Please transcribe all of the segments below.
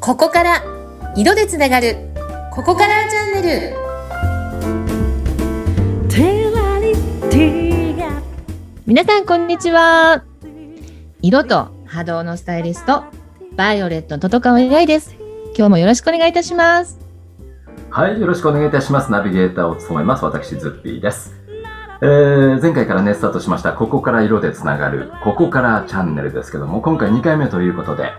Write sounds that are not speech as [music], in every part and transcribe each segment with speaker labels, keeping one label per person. Speaker 1: ここから色でつながるここからチャンネル皆さんこんにちは色と波動のスタイリストバイオレットととかお願いです今日もよろしくお願いいたします
Speaker 2: はい、よろしくお願いいたします。ナビゲーターを務めます。私、ズッピーです。えー、前回からね、スタートしました、ここから色でつながる、ここからチャンネルですけども、今回2回目ということで、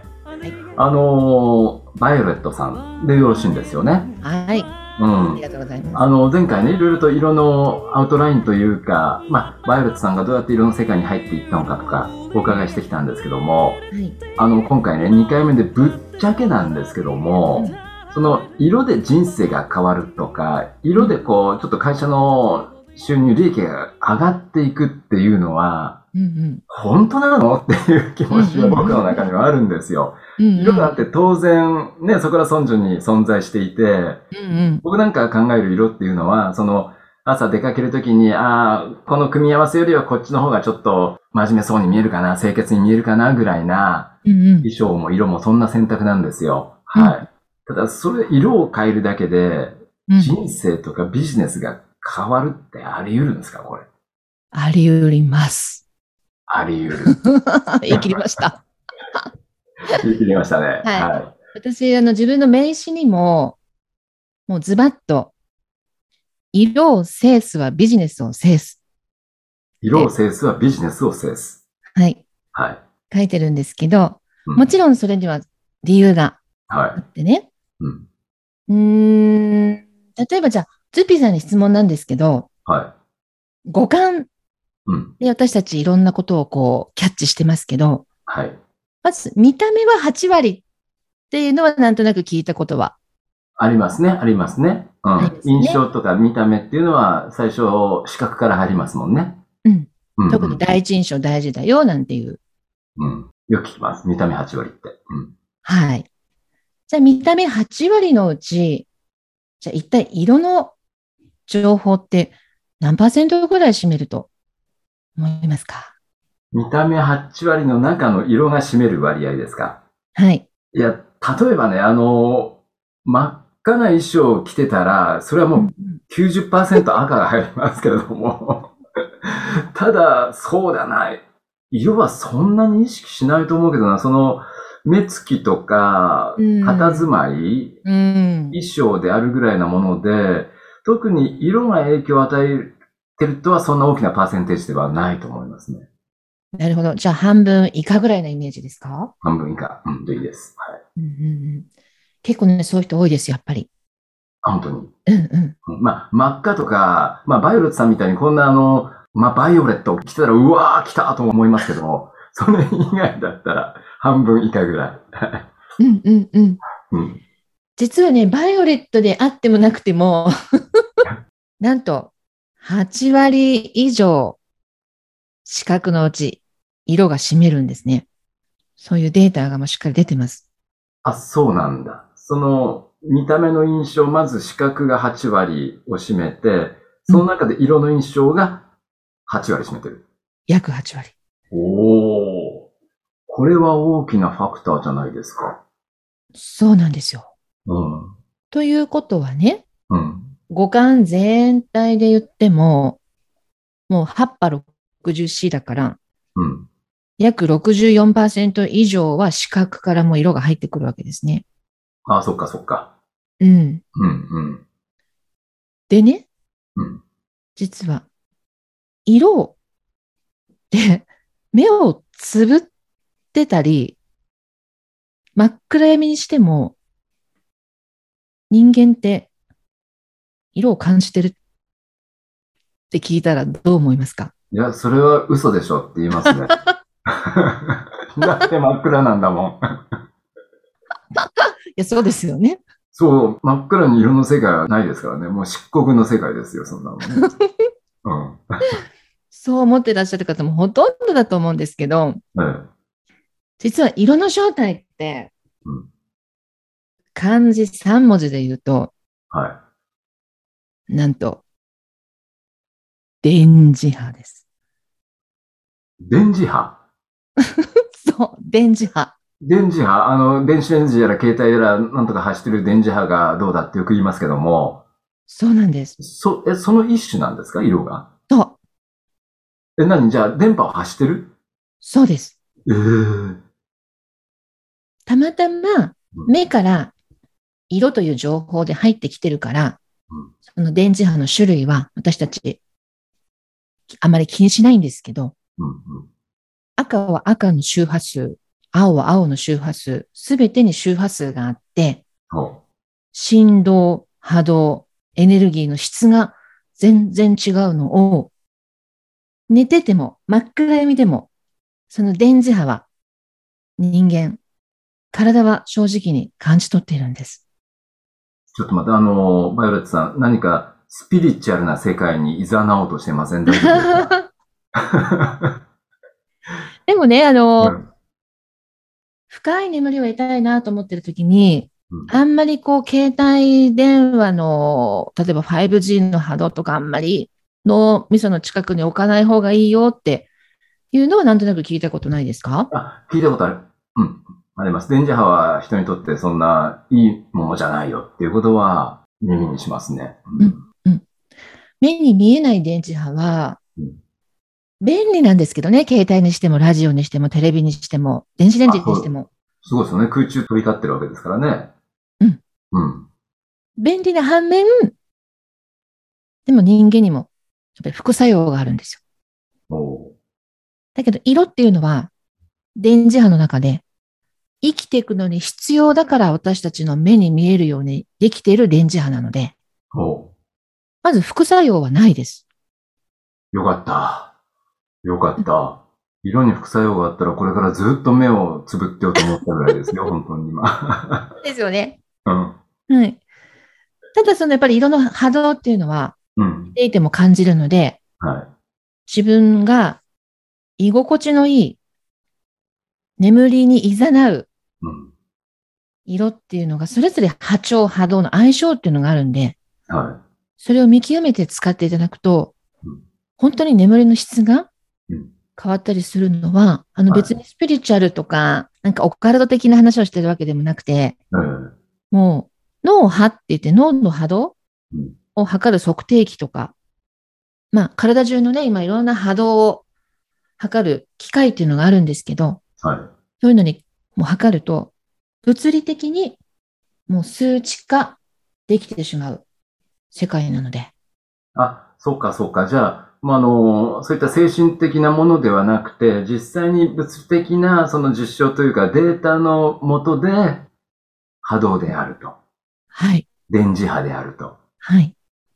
Speaker 2: あのー、バイオレットさんでよろしいんですよね。
Speaker 1: はい
Speaker 2: う
Speaker 1: あ
Speaker 2: ん。
Speaker 1: りがとうございます
Speaker 2: あの前回ねいろいろと色のアウトラインというか、まあ、バイオレットさんがどうやって色の世界に入っていったのかとかお伺いしてきたんですけども
Speaker 1: はい
Speaker 2: あの今回ね2回目でぶっちゃけなんですけどもその色で人生が変わるとか色でこうちょっと会社の収入利益が上がっていくっていうのは
Speaker 1: うん
Speaker 2: 本当なのっていう気持ちが僕の中にはあるんです
Speaker 1: うんう
Speaker 2: よ。
Speaker 1: んうん
Speaker 2: 色だって当然ねそこら村中に存在していて
Speaker 1: うんうん
Speaker 2: 僕なんかが考える色っていうのは、その、朝出かけるときに、ああ、この組み合わせよりはこっちの方がちょっと真面目そうに見えるかな、清潔に見えるかな、ぐらいな、
Speaker 1: うんうん
Speaker 2: 衣装も色もそんな選択なんですよ。はい。ただ、それ、色を変えるだけで、
Speaker 1: うん
Speaker 2: 人生とかビジネスが変わるってあり得るんですか、これ。
Speaker 1: あり得ります。 [laughs]
Speaker 2: あり得
Speaker 1: 言い切りました。
Speaker 2: る。言い切りましたね。
Speaker 1: はい
Speaker 2: は
Speaker 1: 私、あの、自分の名刺にも、もうズバッと、色を制すはビジネスを制す。
Speaker 2: い。色を制すはビジネスを制す。
Speaker 1: はい。
Speaker 2: はい。
Speaker 1: 書いてるんですけど、
Speaker 2: うん
Speaker 1: もちろんそれには理由が
Speaker 2: は
Speaker 1: あ
Speaker 2: い。
Speaker 1: ってね。
Speaker 2: うん。
Speaker 1: うーん。例えばじゃあ、ズッピーさんに質問なんですけど、
Speaker 2: はい。
Speaker 1: 五感
Speaker 2: うん。
Speaker 1: で私たちいろんなことをこう、キャッチしてますけど、
Speaker 2: はい。
Speaker 1: まず見た目は8割っていうのはなんとなく聞いたことは
Speaker 2: ありますね、ありますね。う
Speaker 1: あり
Speaker 2: ん。
Speaker 1: ますね
Speaker 2: 印象とか見た目っていうのは、最初、視覚から入りますもんね。
Speaker 1: うん。
Speaker 2: うん、
Speaker 1: 特に第一印象大事だよなんていう。
Speaker 2: うん。よく聞きます。見た目8割って。
Speaker 1: はい。じゃあ見た目8割のうち、じゃあ一体色の情報って何パーセントぐらい占めると思いますか
Speaker 2: うん。見た目8割の中の色が占める割合ですか。
Speaker 1: はい。
Speaker 2: いや、例えばね、あの、真っ赤な衣装を着てたら、それはもう
Speaker 1: うん
Speaker 2: う90%赤が入りますけれども。
Speaker 1: [laughs]
Speaker 2: ただ、そうだな。色はそんなに意識しないと思うけどな。その、目つきとか
Speaker 1: うん、
Speaker 2: 佇まい、
Speaker 1: うん。
Speaker 2: 衣装であるぐらいなもので、特に色が影響を与えてるとはそんな大きなパーセンテージではないと思いますね。
Speaker 1: なるほど。じゃあ半分以下ぐらいのイメージですか、
Speaker 2: 半分以下。うん、でいいです。はい。
Speaker 1: うんうんうん、結構ね、そういう人多いです、やっぱり。
Speaker 2: あ本当に。
Speaker 1: うんうん。
Speaker 2: うんまあ、真っ赤とか、まあ、バイオレットさんみたいにこんなあの、まあ、バイオレットを着てたら、うわー、来たと思いますけども、 [laughs] それ以外だったら、半分以下ぐらい。
Speaker 1: うんうんうん。
Speaker 2: うん。
Speaker 1: 実はね、バイオレットであってもなくても、なんと、8割以上、視覚のうち、色が占めるんですね。そういうデータがもうしっかり出てます。
Speaker 2: あ、そうなんだ。その、見た目の印象、まず視覚が8割を占めて、その中で色の印象が8割占めてる。
Speaker 1: 約8割。
Speaker 2: おお、これは大きなファクターじゃないですか。
Speaker 1: そうなんですよ。
Speaker 2: うん。
Speaker 1: ということはね、
Speaker 2: うん。
Speaker 1: 五感全体で言っても、もう8波 60C だから、
Speaker 2: うん。
Speaker 1: 約64%以上は視覚からもう色が入ってくるわけですね。
Speaker 2: あ、そっかそっか。
Speaker 1: うん。
Speaker 2: うん、うん。
Speaker 1: でね、
Speaker 2: うん
Speaker 1: 実は、色を、で、目をつぶってたり、真っ暗闇にしても、人間って、色を感じてるって聞いたらどう思いますか
Speaker 2: いや、それは嘘でしょって言います [laughs] ね。だって真っ暗なんだもん。
Speaker 1: いや、そうですよね。
Speaker 2: そう、真っ暗に色の世界はないですからね。もう漆黒の世界ですよ、そん [laughs] なもん。うん。
Speaker 1: そう思ってらっしゃる方もほとんどだと思うんですけど、
Speaker 2: うん
Speaker 1: 実は色の正体って
Speaker 2: うん、
Speaker 1: 漢字3文字で言うと、
Speaker 2: は
Speaker 1: なんと、電磁波です。
Speaker 2: い。電磁波。
Speaker 1: そう、電磁波。
Speaker 2: 電磁波、あの、電子レンジやら携帯やらなんとか走ってる電磁波がどうだってよく言いますけども、
Speaker 1: そうなんです。
Speaker 2: そ、え、その一種なんですか色が。
Speaker 1: そう、
Speaker 2: え、何じゃあ、電波を走ってる
Speaker 1: そうです。
Speaker 2: ええ
Speaker 1: たまたま
Speaker 2: うん
Speaker 1: 目から色という情報で入ってきてるから
Speaker 2: うん、
Speaker 1: その電磁波の種類は私たちあまり気にしないんですけど、
Speaker 2: うんうん。
Speaker 1: 赤は赤の周波数、青は青の周波数、すべてに周波数があって、
Speaker 2: そ
Speaker 1: 振動、波動、エネルギーの質が全然違うのを、寝てても真っ暗闇でも、その電磁波は人間、体は正直に感じ取っているんです。
Speaker 2: う。ちょっと待って、あの、バイオレットさん、何かスピリチュアルな世界に誘おうとしてません大丈夫 [laughs] ですか
Speaker 1: でもね、あの、
Speaker 2: うん
Speaker 1: 深い眠りを得たいなと思ってる時に、
Speaker 2: うん
Speaker 1: あんまりこう、携帯電話の、例えば 5G の波動とか、あんまり脳みその近くに置かない方がいいよっていうのはなんとなく聞いたことないですか
Speaker 2: あ、聞いたことある。うん。あります。電磁波は人にとってそんないいものじゃないよっていうことは耳にしますね。
Speaker 1: 目に見えない電磁波は
Speaker 2: うん、
Speaker 1: 便利なんですけどね、携帯にしても、ラジオにしても、テレビにしても、電子レンジにしても、
Speaker 2: すごいですよね。空中飛び交ってるわけですからね。
Speaker 1: うん。
Speaker 2: うん。
Speaker 1: 便利な反面、でも人間にも、やっぱり副作用があるんですよ。
Speaker 2: おう
Speaker 1: だけど色っていうのは電磁波の中で生きていくのに必要だから私たちの目に見えるようにできている電磁波なので、
Speaker 2: お
Speaker 1: まず副作用はないです。
Speaker 2: うよかった。よかった。色に副作用があったらこれからずっと目をつぶってようと思ったぐらいですよ。本当に今。 [laughs]
Speaker 1: ですよね。
Speaker 2: うん。
Speaker 1: はい。ただそのやっぱり色の波動っていうのは、
Speaker 2: うん。
Speaker 1: でいても感じるので、
Speaker 2: はい。
Speaker 1: 自分が居心地のいい眠りに誘う
Speaker 2: うん。
Speaker 1: 色っていうのが、それぞれ波長、波動の相性っていうのがあるんで、
Speaker 2: は
Speaker 1: それを見極めて使っていただくと
Speaker 2: うん、
Speaker 1: 本当に眠りの質が
Speaker 2: うん
Speaker 1: 変わったりするのは、あの
Speaker 2: はい
Speaker 1: 別にスピリチュアルとか、なんかオカルト的な話をしてるわけでもなくて、
Speaker 2: い。うん。
Speaker 1: もう脳波って言って脳の波動
Speaker 2: うん
Speaker 1: を測る測定器とか、まあ体中のね、今いろんな波動を測る機械っていうのがあるんですけど、
Speaker 2: はい。
Speaker 1: そういうのにもう測ると、物理的にもう数値化できてしまう世界なので。
Speaker 2: あ、そうか、そうか。じゃあ、まあ、あの、そういった精神的なものではなくて、実際に物理的な、その実証というか、データのもとで、波動であると。
Speaker 1: はい。
Speaker 2: 電磁波であると。
Speaker 1: はい。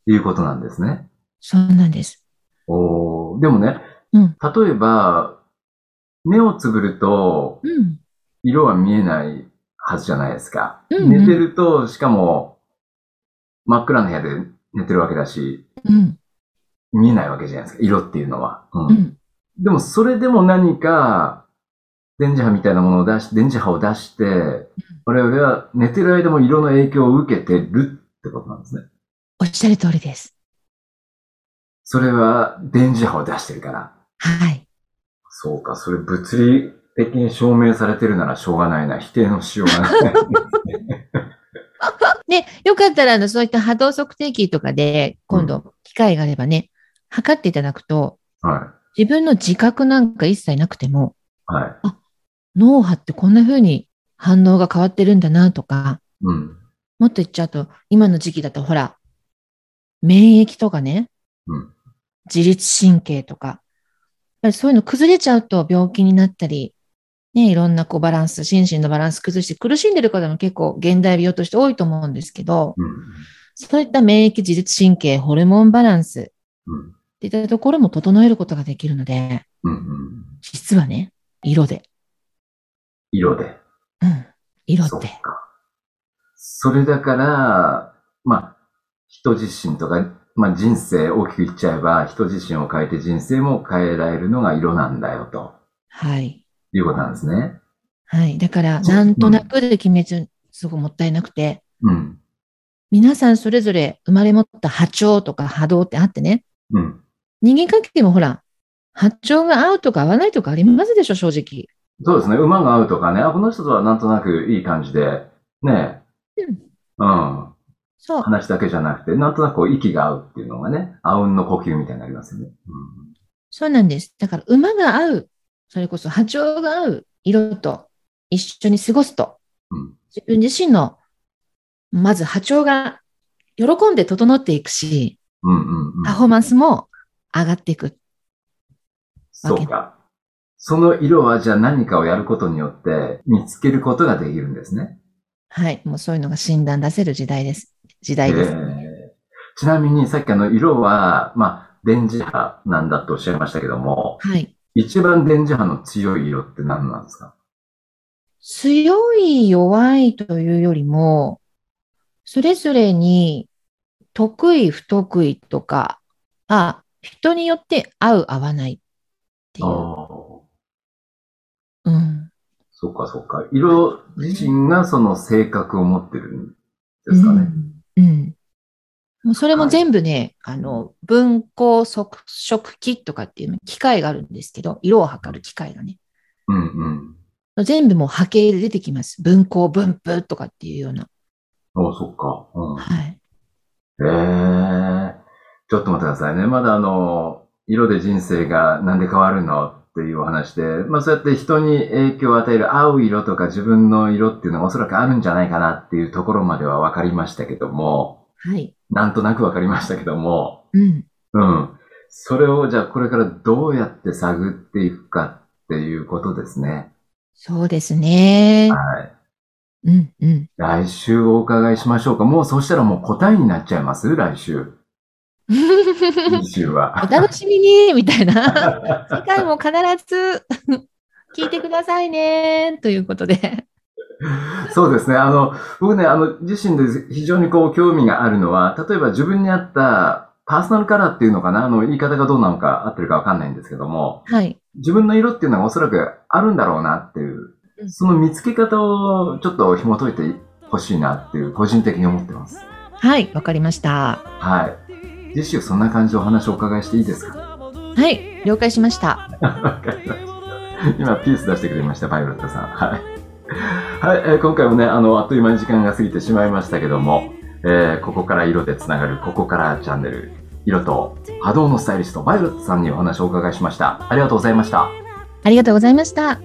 Speaker 2: いうことなんですね。
Speaker 1: そうなんです。
Speaker 2: おーでもね、
Speaker 1: うん
Speaker 2: 例えば、目をつぶると、
Speaker 1: うん。
Speaker 2: 色は見えないはずじゃないですか。
Speaker 1: うんうん
Speaker 2: 寝てると、しかも、真っ暗な部屋で寝てるわけだし、
Speaker 1: うん。
Speaker 2: 見えないわけじゃないですか。色っていうのは。うん
Speaker 1: うん。
Speaker 2: でもそれでも何か、電磁波みたいなものを出し、電磁波を出して、我々は寝てる間も色の影響を受けてるってことなんですね。
Speaker 1: おっしゃる通りです。
Speaker 2: それは電磁波を出してるから。
Speaker 1: はい。
Speaker 2: そうか、それ物理的に証明されてるならしょうがないな。否定のしようがない。
Speaker 1: ね、よかったら、あの、そういった波動測定器とかで、今度、機会があればね、測っていただくと、
Speaker 2: は
Speaker 1: 自分の自覚なんか一切なくても、
Speaker 2: い。はい。
Speaker 1: 脳波ってこんな風に反応が変わってるんだなとか、
Speaker 2: うん。
Speaker 1: もっと言っちゃうと、今の時期だと、ほら、免疫とかね、
Speaker 2: うん
Speaker 1: 自律神経とか、やっぱりそういうの崩れちゃうと病気になったり、ね、いろんなこうバランス、心身のバランス崩して苦しんでる方も結構現代病として多いと思うんですけど、
Speaker 2: うん。
Speaker 1: そういった免疫、自律神経、ホルモンバランス
Speaker 2: うん。
Speaker 1: っていったところも整えることができるので、
Speaker 2: うん。うん。
Speaker 1: 実はね、色で、
Speaker 2: 色で。
Speaker 1: うん、色
Speaker 2: そ
Speaker 1: っ
Speaker 2: う
Speaker 1: て、
Speaker 2: か。それだから、まあ、人自身とか、まあ人生大きく言っちゃえば、人自身を変えて人生も変えられるのが色なんだよ、と
Speaker 1: はい。
Speaker 2: いうことなんですね。
Speaker 1: はい。だから、
Speaker 2: そう
Speaker 1: なんとなくで決めちゃう、すごいもったいなくて、
Speaker 2: うん。
Speaker 1: 皆さんそれぞれ生まれ持った波長とか波動ってあってね、
Speaker 2: うん。
Speaker 1: 人間関係もほら、波長が合うとか合わないとかありますでしょ、正直。
Speaker 2: そうですね。馬が合うとかね。あ、この人とはなんとなくいい感じで、ねえ。うん。
Speaker 1: そう。
Speaker 2: 話だけじゃなくて、なんとなくこう息が合うっていうのがね、あうんの呼吸みたいになりますよね。
Speaker 1: そうなんです。だから馬が合う、それこそ波長が合う色と一緒に過ごすと、
Speaker 2: うん
Speaker 1: 自分自身の、まず波長が喜んで整っていくし、
Speaker 2: うん。うんうんうん。
Speaker 1: パフォーマンスも上がっていく。
Speaker 2: そうか。その色はじゃあ何かをやることによって見つけることができるんですね。
Speaker 1: はい。もうそういうのが診断出せる時代です。時代です。
Speaker 2: えーちなみにさっきあの色は、まあ、電磁波なんだとおっしゃいましたけども、
Speaker 1: はい。
Speaker 2: 一番電磁波の強い色って何なんですか
Speaker 1: 強い弱いというよりも、それぞれに得意不得意とか、あ、人によって合う合わないってい
Speaker 2: ああ
Speaker 1: う。うん。
Speaker 2: そっかそっか。色自身がその性格を持ってるんですかね。
Speaker 1: うん。うんもうそれも全部ね、あの、分光測色器とかっていう機械があるんですけど、色を測る機械がね。
Speaker 2: うんうん。
Speaker 1: 全部もう波形で出てきます。分光、分布とかっていうような。
Speaker 2: ああ、そっか。うん。
Speaker 1: はい。
Speaker 2: ええちょっと待ってくださいね。まだあの、色で人生がなんで変わるのっていうお話で、まあそうやって人に影響を与える合う色とか自分の色っていうのがおそらくあるんじゃないかなっていうところまでは分かりましたけども、
Speaker 1: はい。
Speaker 2: なんとなく分かりましたけども、
Speaker 1: うん。
Speaker 2: うん。それをじゃあこれからどうやって探っていくかっていうことですね。
Speaker 1: そうですね。
Speaker 2: は
Speaker 1: う
Speaker 2: い。
Speaker 1: ん、うん。
Speaker 2: 来週お伺いしましょうか。もうそしたらもう答えになっちゃいます来週。来週
Speaker 1: [laughs]
Speaker 2: は。
Speaker 1: お楽しみにみたいな。次回も必ず [laughs] 聞いてくださいねということで。
Speaker 2: そうですね。あの、僕ね、あの、自身で非常にこう、興味があるのは、例えば自分に合ったパーソナルカラーっていうのかなあの、言い方がどうなのか合ってるかわかんないんですけども、
Speaker 1: はい。
Speaker 2: 自分の色っていうのがおそらくあるんだろうなっていう
Speaker 1: う、ん
Speaker 2: その見つけ方をちょっと紐解いてほしいなっていう、個人的に思ってます。
Speaker 1: はい、わかりました。
Speaker 2: はい。次週そんな感じでお話をお伺いしていいですか
Speaker 1: はい、了解しました。
Speaker 2: わかりました今、ピース出してくれました、パイロットさん。はい。はい、えー今回もね、あの、あっという間に時間が過ぎてしまいましたけども、えーここから色でつながる、ここからチャンネル、色と波動のスタイリスト、バイロットさんにお話をお伺いしました。ありがとうございました。
Speaker 1: ありがとうございました。